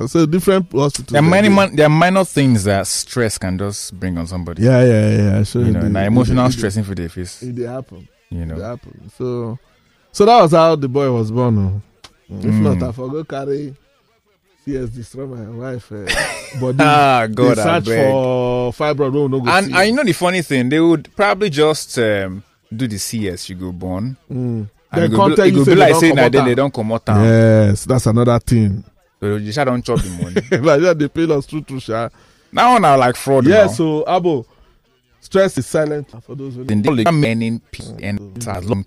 So different Eh, hospitals. There are they many, do. mon- there are minor things that stress can just bring on somebody. Yeah, yeah, yeah. Sure. you know, it and dey- it emotional dey- stress in for their face. It, dey- it dey happen. You It dey know, happen. So, so that was how the boy was born. oh. If Mm. not, I forgot carry. She has destroyed my wife. Uh, body. ah, God, they I search beg. for fibroid. No, no go and see. and you know the funny thing, they would probably just um, do the CS you go born. Mm. And Then it go come be- tell it you go say be they like don saying that comot then they am. don't come out. Yeah. Yes, that's another thing. So you just don't chop the money. like that, they pay us true, true, sha. now on are like fraud. now. Yeah. Ah, So, Abo, stress is silent for those. Who then they come in in peace and it's as long.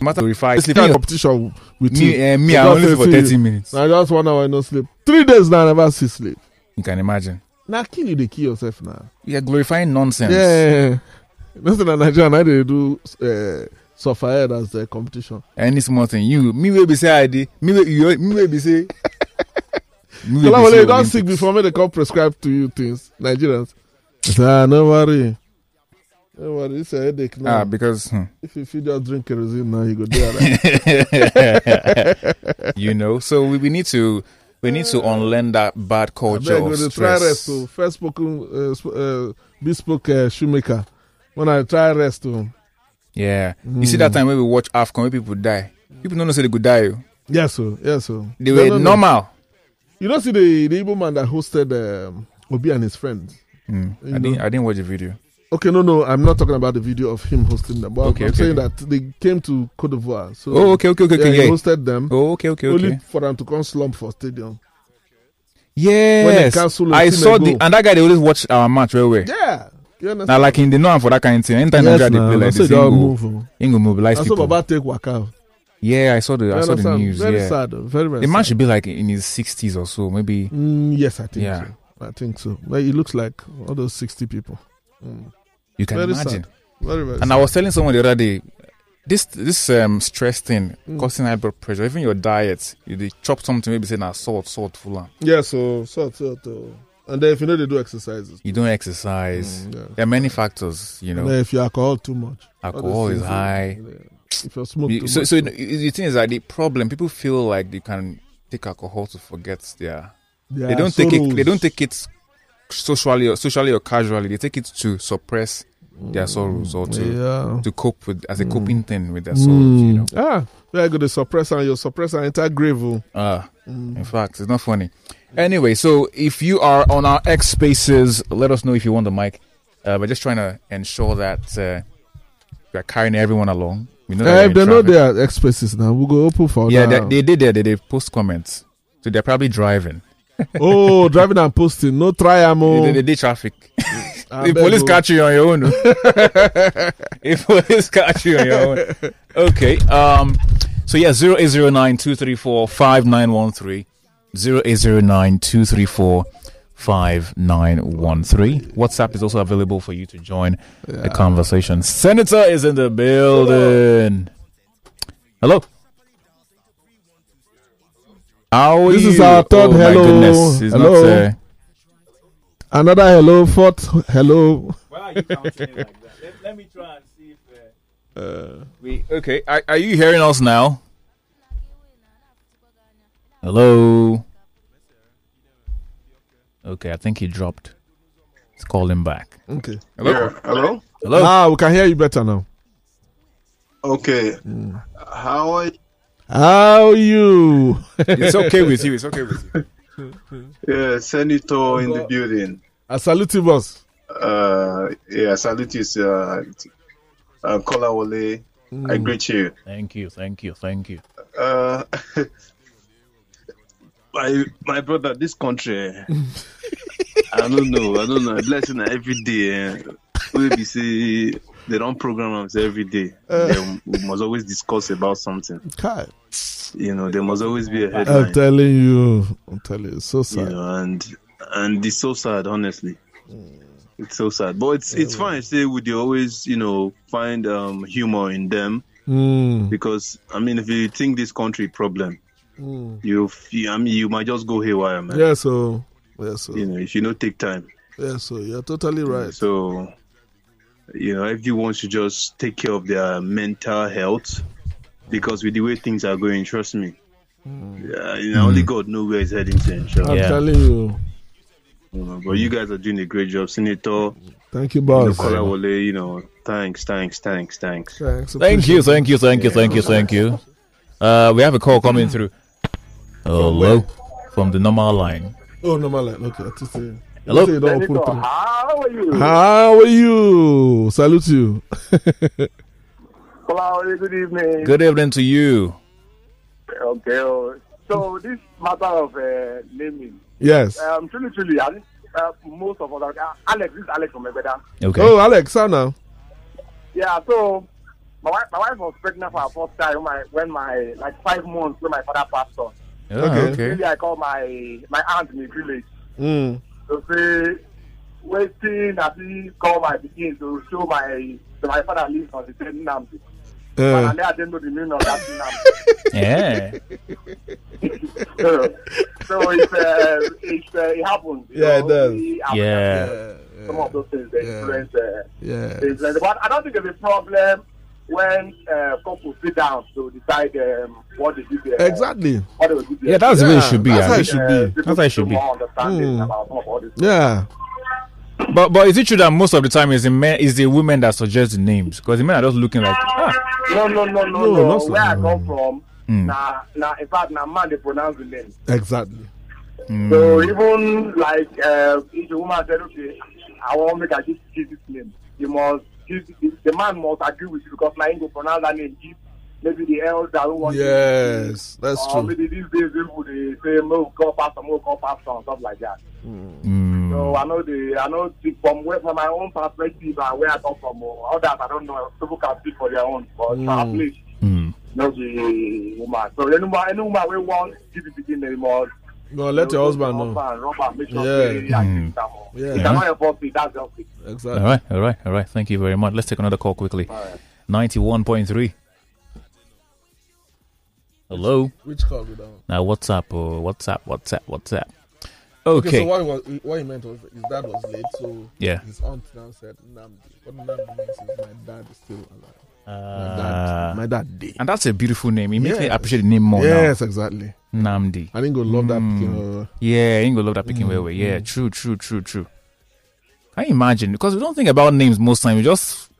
No matter glorify. Sleep Kind me, of competition with you. me, eh, me, You I don't only sleep for feel- thirty minutes. I just one hour no sleep. Three days now, I never see sleep. You can imagine. Now kill you, they kill yourself now. We are glorifying nonsense. Yeah. Listen, in Nigeria, now they do uh, suffer head as the competition. Any small thing, you me will be say I did. Me will you me will be say. Me Well, will be say you don't sick Olympics. before me, they come prescribe to you things, Nigerians. I say, ah, no worry. No worry, it's a headache now. Ah, because hmm. if you feel just drink kerosene now, you go there. Right? you know, so we, we need to we need to unlearn that bad culture go of to try stress. rest. Oh. First spoken, uh, sp- uh, bespoke uh, shoemaker. When I try rest, oh. Yeah, you see that Hmm. time when we watch Afcon, when people die, people don't know say they could die. oh. yes, so yes, oh. so They were normal. You don't see the, the Igbo man that hosted um, Obi and his friends. Mm, You I didn't know. I didn't watch the video. Okay, no, no, I'm not talking about the video of him hosting them. But Okay, I'm okay, saying okay. that they came to Cote d'Ivoire. So Oh, okay, okay, okay, yeah, okay, he yeah. hosted them Oh, okay, okay, only okay. for them to come slump for stadium. Yes, cancel I Osimhen saw the goal. and that guy they always watch our match well well. Yeah, you Now understand? like in the norm for that kind of thing. Anytime yes, Nigeria now, they play like that's this, it, all Ingo, move. oh. Ingo mobilize That's what people. Baba take Waka. Yeah, I saw the You I saw the understand? news. very Yeah, sad, oh, very very. the man sad. should be like in his sixties or so, maybe. Mm, yes, I think. Yeah. so. I think so. Like, it looks like all those sixty people. Mm. You can Very imagine. sad. Very very. And I sad. was telling someone the other day, this this um stress thing Mm. causing high blood pressure. Even your diet, you they chop something maybe say na salt, salt full on. yeah, so so so so. And then if you know they do exercises, You don't exercise. Mm, yeah. There are many factors, you And know. then if you alcohol too much. Alcohol is high. If you smoke You- too so much, so you know, the thing is that the problem people feel like they can take alcohol to forget their there they are don't take it they sorrows. don't take it socially or socially or casually. They take it to suppress their sorrows or to Mm, yeah. to cope with as a Mm. coping thing with their sorrows, you know. Ah, very good. The suppressor, your suppressor, entire grave. oh. Ah. In Mm. fact, it's not funny. Anyway, so if you are on our X spaces, let us know if you want the mic. Uh, we're just trying to ensure that uh, we're carrying everyone along. We know Eh, that if we're they in know traffic. they are expenses now, we'll go open for Yeah, now. they, they did. They, they post comments, so they're probably driving. oh, driving and posting. No oh. triamo. They, they, they did traffic. If police oh. catch you on your own. if police catch you on your own. Okay. Um. So yeah, zero eight zero nine two three four five nine one three. Zero eight zero nine two three four five nine one three. WhatsApp is also available for you to join the conversation. Senator is in the building. Hello. How are This is you? our third oh, My hello. goodness. He's Hello. Not, uh, Another hello, fourth hello. Why are you counting it like that? Let, let me try and see if. Uh, Uh, We okay. Are, are you hearing us now? Hello. Okay, I think he dropped. Let's call him back. Okay. Hello. yeah. Hello. Hello. Ah, we can hear you better now. Okay. How are you? How you? It's okay with you. It's okay with you. Yeah, uh, Senator in the building. I salute you, boss. Uh, yeah, salute you, sir. Uh, Kola Wole. I greet you. Thank you. Thank you. Thank you. Uh, my my brother, this country. eh, I don't know. I don't know. Blessing na every day. eh. We be say they don't program us every day. They- we must always discuss about something. Kai, You know, there must always be a I'm headline. telling you. I'm telling you. So you sad. know, and and it's so sad, honestly. Mm. It's so sad, but it's it's fine. Say, would you always, you know, find um humor in them? Mm. Because I mean, if you think this country problem, you, f- you I mean, you might just go haywire, man. Yeah, so. Yeah, so. You know, if you don't take time. Yeah, so. You're totally right. So, you know, everyone should just take care of their mental health because with the way things are going, trust me, Mm. yeah, you know, only God knows where He's heading to. Inshallah. I'm Yeah. telling you. You know, But you guys are doing a great job, Senator. Thank you, boss. Kola Wole, you know, thanks, thanks, thanks, thanks. Thanks. Thank you. Thank you. Thank you. Thank you. Thank you. Uh, we have a call coming through. Hello, from the normal line. Oh, no, my life. Okay, I just say. Hello? Say you don't open three. How are you? How are you? Salute you. Hello, good evening. Good evening to you. Okay. oh. So this matter of uh, naming, yes. um, truly, truly, I think, uh, most of us, uh, Alex, this is Alex from Ebeda. Okay. Oh, Alex, how now? Yeah. So my wife, my wife was pregnant for her first time when my, when my like five months when my father passed on. Ah, okay. okay. Really, I call my my aunt in the village Mm. to say, waiting as he call my begin to show my to my father lives on the same name. Uh, And I didn't know the meaning of that name. Yeah. so it's, uh, it's, uh, it happens. you Yeah, it know. does. We Yeah. have Some of those things that Yeah. influence, uh, yeah. influence. But I don't think it's a problem when uh, couples sit down to decide um, what they do there. Exactly. What they will do there. Yeah, that's the way it should be. That's I how it think. should Uh, be. people That's how it should be. more understanding Hmm. about some of all this. Yeah. But but is it true that most of the time it's the men is the women that suggest the names because the men are just looking like ah No, no, no, no, No, no. not so- Where I come from, Hmm. nah, nah, in fact, now man, they pronounce the name. Exactly. mm, So Hmm. even like uh, if the woman said, okay, I want make I give give this name, you must give the, the man must agree with you because now he go pronounce that name. Give maybe the elder that don't want. to- Yes, that's Or true. maybe these days people they say no call pastor, no call pastor, and stuff like that. mm. So Hmm. I know the I know the, from where from my own perspective and where I come from, uh, all that I don't know. People can speak for their own, but Hmm. at least Mm. not the woman. So any woman, any woman we want give it begin anymore. No, let your husband know. Husband, Robert, make sure Yeah. say, yeah. Mm. give some more. Yeah. You cannot afford it, that's just it. All Exactly. right, all right, all right. Thank you very much. Let's take another call quickly. Ninety-one point three. Hello. Which call we down? Now WhatsApp. Oh, WhatsApp. WhatsApp. WhatsApp. Okay. so what he, was, what he meant was his dad was late, so Yeah. his aunt now said, Namdi. What Namdi means is my dad is still alive. My dad, Uh, my dad did. and that's a beautiful name. It makes me Yes. appreciate the name more Yes, exactly. now. Namdi. I think go love that. Mm. You know, Yeah, Ingo love that picking way way. Mm-hmm. Yeah, true, true, true, true. Can you imagine? Because we don't think about names most time. We just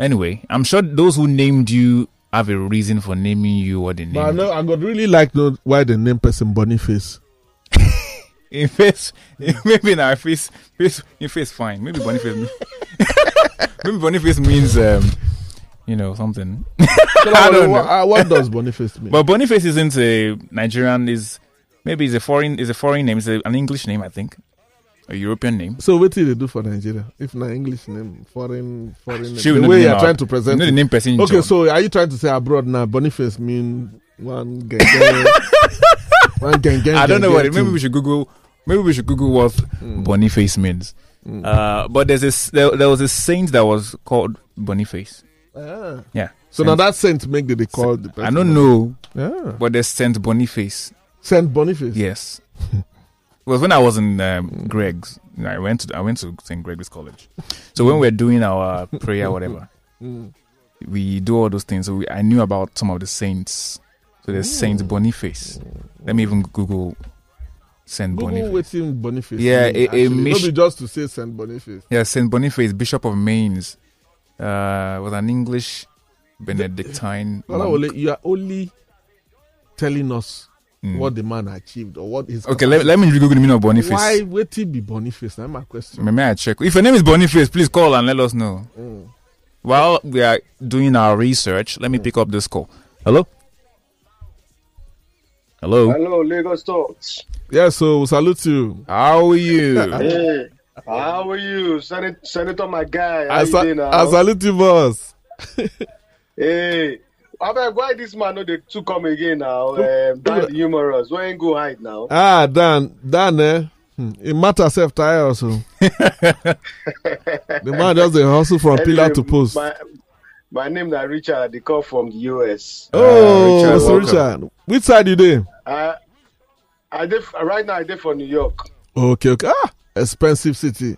anyway. I'm sure those who named you have a reason for naming you what they named. but I you. know I got really like know why they name person Boniface. In face, maybe in our face, face in face, fine. Maybe Boniface, mean- maybe Boniface means um, you know something. I don't what, know. uh, what does Boniface mean? But Boniface isn't a Nigerian. Is maybe is a foreign is a foreign name. It's a, an English name, I think, a European name. so what did they do for Nigeria? If not English name, foreign foreign She will name. know The way the you name are out. trying to You present. know the it. name person. Okay, John. so are you trying to say abroad now? Boniface mean one gang. one gang, gang. I don't know gang, what gang it. Maybe we thing. should Google. Maybe we should Google what Hmm. Boniface means. Uh, but there's this. There, there was a saint that was called Boniface. Ah. Yeah. So now that Saint make the they call the person. I don't know, Yeah. but there's Saint Boniface. Saint Boniface. Yes. it was when I was in um, Greg's. you know, I went to I went to St. Greg's College. So when we were doing our prayer, whatever, we do all those things. So we, I knew about some of the saints. So there's Saint Mm. Boniface. Let me even Google Saint Google Boniface. waiting Boniface. Yeah, mean, a- a actually. mis- Not be just to say Saint Boniface. Yeah, Saint Boniface, Bishop of Mainz, uh, was an English Benedictine. monk. Olaole, you are only telling us Mm. what the man achieved or what his. Okay, let, let me Google the meaning of Boniface. Why wait till be Boniface? That's my question. May, may I check? If your name is Boniface, please call and let us know. Mm. While we are doing our research, let me pick up this call. Mm. Hello? Hello? Hello, Lagos Talks. Yeah, so we salute you. How are you? Hey, how are you, Senator? Senator, my guy. How I, you sa- doing now? I salute you, boss. hey, abeg, why this man no dey too come again now? Um, that humorous. Where ain't go hide now? Ah, Dan, Dan, eh? Hmm. It matters self tire also. the man just a hustle from pillar to Anyway, post. My, my name na Richard. They call from the US. Ah, oh, Richard, Mr. welcome. Richard, which side you there? Uh, I dey right now. I dey for New York. Okay, okay. Ah, expensive city.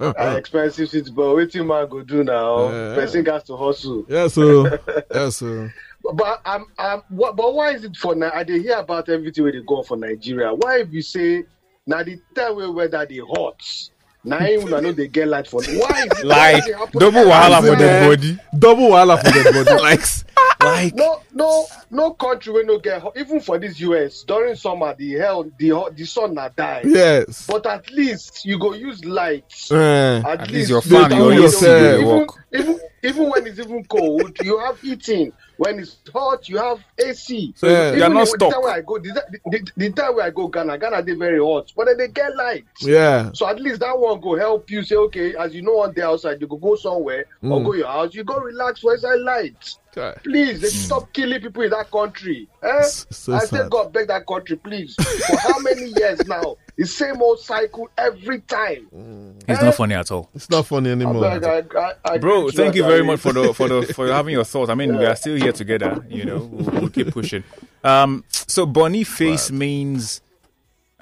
I expensive city, but waiting man go do now. Eh. Person has to hustle. Yes, sir. yes, sir. But um, um, what, but why is it for now? I dey hear about everything where they go on for Nigeria. Why if you say now the time where weather they hot, now I know they get light for. Why is it Like, why is it double wahala for the happening? body. Double wahala for the body. Like, like, No, no, no country where no get hot. Even for this US during summer the hell the hot, the sun na die. yes. But at least you go use light. Eh. At, At least your they fan, do your it. AC dey Even- work. Even even when it's even cold, you have heating. When it's hot, you have AC. So Yeah. you are Even not the- The stuck. time where I go, the, the, the time where I go Ghana, Ghana they very hot, but then they get light. yeah. So at least that one go help you say, okay, as you know on the outside, you go go somewhere Mm. or go your house, you go relax for inside light. Okay. Please, Mm. they stop killing people in that country. Eh? S- so I sad. say, God, beg that country, please. For how many years now? The same old cycle every time. it's not funny at all. It's not funny anymore. Like, I, I, I Bro, agree thank with you very Agari. much for the for the for having your thoughts. I mean, we are still here together. You know, we'll, we'll keep pushing. Um, so Boniface means.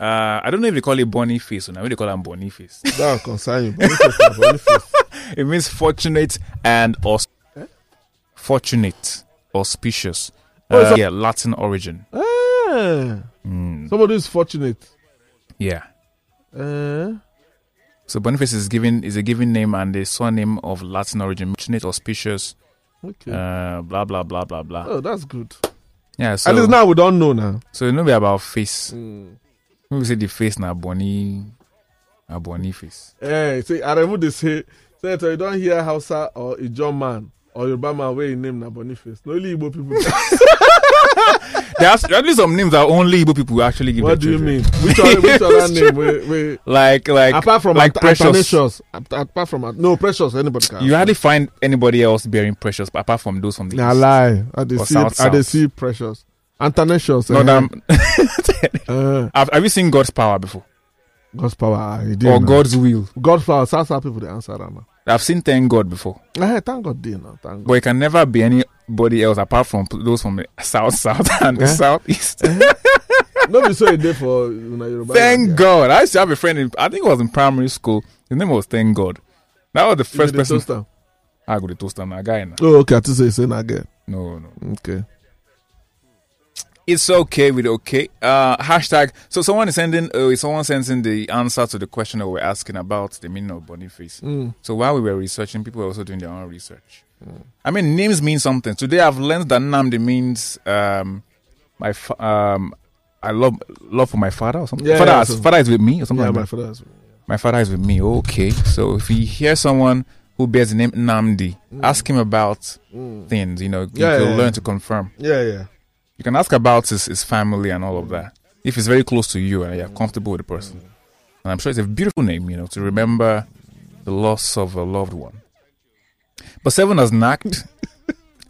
Uh, I don't know if they call it Boniface or not. I mean, they call him Boniface. That don't concern you. Boniface na Boniface. It means fortunate and aus- fortunate, auspicious. Uh, yeah, Latin origin. Eh. Hmm. Somebody is fortunate. Yeah. Eh. So Boniface is given is a given name and a surname of Latin origin, fortunate, auspicious, Okay. uh, blah blah blah blah blah. oh, that's good. Yeah. So At least now we don't know now. so it no be about face. When we say the face na boni, na boni face. Eh. See, I remember they say, Senator, you don't hear Hausa or Ijaw man or Yoruba man where him name na Boniface. No only Igbo people. There's there are actually some names that only Igbo people actually give. what do their you children. mean? Which other, which other name? Wait, wait. Like like apart from like Ant- precious. Athanasius. At- apart from At- no precious, anybody can. You hardly find anybody else bearing precious apart from those from the Nah, East. lie. I they Or see, South, I they South. see precious. eh, Antanatius. No, damn. uh, Have, have you seen God's power before? God's power. ah, he did Or now. God's will? God's power. South South people they answer that now. I've seen thank God before, Hey, thank God, they now. Thank God. but it can never be anybody else apart from pl- those from the south, south, and Eh? southeast. no, be so a day for you know, Yoruba. thank yeah. God! I used to have a friend. In, I think it was in primary school. His name was Thank God. That was the You did first the person. toaster. I go to toast on that guy. Now. Oh, okay. I think so. It's in again. No, no, Okay. it's okay with okay. Uh, hashtag. So someone is sending. Uh, someone sends in the answer to the question that we're asking about the meaning of Boniface. Hmm. So while we were researching, people were also doing their own research. I mean, names mean something. Today, I've learned that Namdi means um, my fa- um, I love love for my father or something. Yeah, father, yeah, is- so- father is with me or something. Yeah, like my that. father. Is, my father is with me. Okay, so if you hear someone who bears the name Namdi, ask him about things. You know, you Hmm. Yeah, will yeah, learn yeah. to confirm. yeah, yeah. You can ask about his, his family and all of that. If he's very close to you and you're comfortable with the person. And I'm sure it's a beautiful name, you know, to remember the loss of a loved one. But seven has knacked.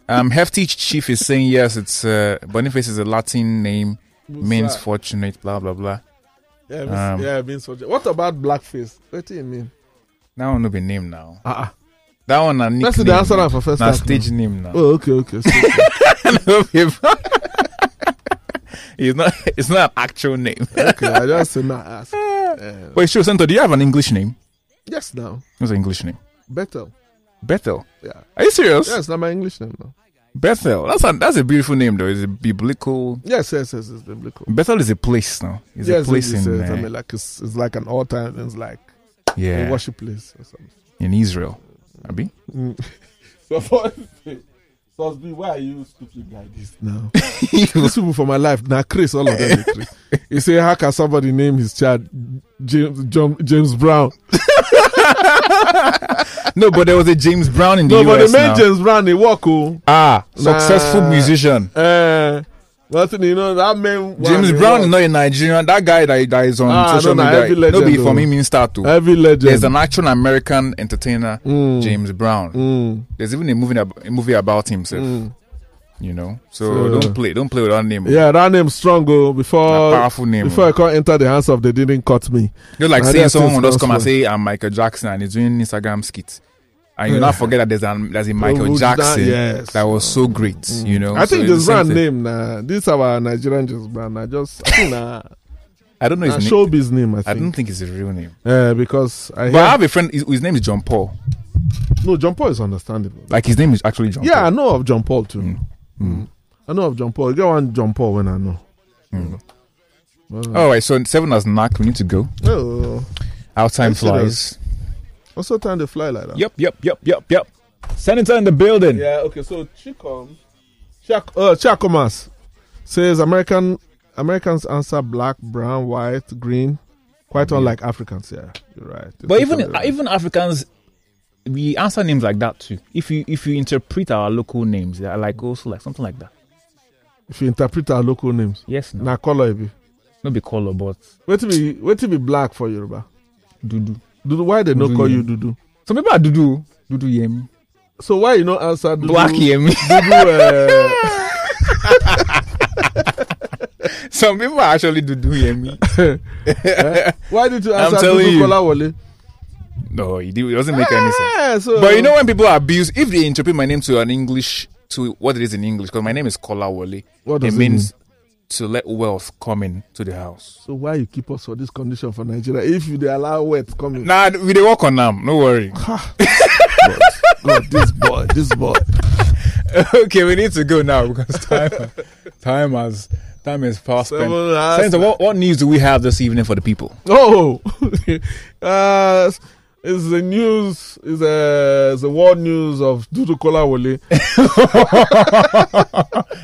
um, Hefty Chief is saying, yes, it's uh, Boniface is a Latin name, means that? fortunate, blah, blah, blah. Yeah, it means, Um, yeah, it means so. What about blackface? What do you mean? That one will be named now. Ah, That one, a that's nickname. the answer now for first na time. stage name now. Oh, okay, okay. So, it's, not, it's not an actual name. okay, I just did not ask. Wait, sure, Santo, do you have an English name? Yes, now What's an English name? better. Bethel. Yeah. Are you serious? Yes, not my English name now. Bethel. That's a that's a beautiful name though. It's a biblical. Yes, yes, yes, it's biblical. Bethel is a place now. It's yes, a place yes, in yes, I uh, mean, like it's, it's like an altar and it's like a yeah worship place or something. in Israel. Abi. So for Susby, why are you speaking like this now? These people for my life, now Chris, all of them. They Chris. He say, how can somebody name his child James John, James Brown? no, but there was a James Brown in the No, but U.S. they made now. James Brown a walk. Oh, ah, successful Nah. musician. uh, nothing, you know that man. James they Brown is walk. not a Nigerian. That guy that, that is on Ah, social no, nah, media. heavy no, be legend, from though. him in Star too. heavy legend. There's an actual American entertainer, Mm. James Brown. Mm. There's even a movie ab- a movie about himself. Mm. You know, so, So- don't play, don't play with that name. Yeah, that name strong. oh, A Before powerful name. oh. before I could enter the hands of, they didn't cut me. Just like Nah, saying that's someone will just disgusting. come and say, I'm Michael Jackson and he's doing Instagram skits. And you not forget that there's a, there's a Michael who's that? Jackson that, Yes. Mm. was so great, you know. I So it's think the James same Brown thing. name. Nah, this our Nigerian James Brown. I just I think nah, I don't know nah, his name. showbiz name. I I think. don't think it's a real name. Uh, because I But I hear, have a friend, his, his name is John Paul. no John Paul is understandable. Like his name is actually John yeah, I Paul. know of John Paul too. Mm. I know of John Paul. Get one John Paul when I know. All right, so seven has knocked. We need to go. Oh, Our time Yes, it flies. also time to fly like that. Yep, yep, yep, yep, yep. Senator in the building. Yeah. Okay. So Chikom, Chak, uh, Chakomas says American Americans answer black, brown, white, green, quite unlike Africans. Yeah, you're right. But even uh, even Africans, we answer names like that too. If you if you interpret our local names, they are like also like something like that. if you interpret our local names, Yes, no, na color it be. not be color, but Wait to be wait to be black for Yoruba. dudu. Dudu, why they no Dudu, call yeah. you Dudu? Some people are dudu, dudu yemi, So why you not answer Dudu? black yemi. Dudu, uh, uh, Some people are actually dudu yemi. why did you answer telling Dudu you. Kolawole? no, it it doesn't make any sense. Yeah, so But you know when people abuse, if they interpret my name to an English to what it is in English, because my name is Kola Wale, What it does it means to let wealth come in to the house. So why you keep us for this condition for Nigeria if you dey allow wet coming? Nah, we they work on them. No worry. God, God, this boy, this boy. okay, we need to go now because time, time has time is past. spent. Seven hours. Senator, what, what news do we have this evening for the people? Oh, uh, it's the news. It's uh, it's the world news of Dudu Kolawole.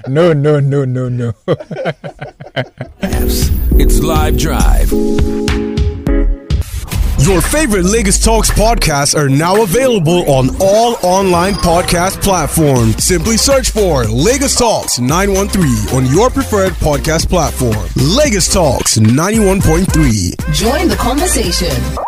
No, no, no, no, no. It's Live Drive. Your favorite Lagos Talks podcasts are now available on all online podcast platforms. Simply search for Lagos Talks 913 on your preferred podcast platform. Lagos Talks 91.3. Join the conversation.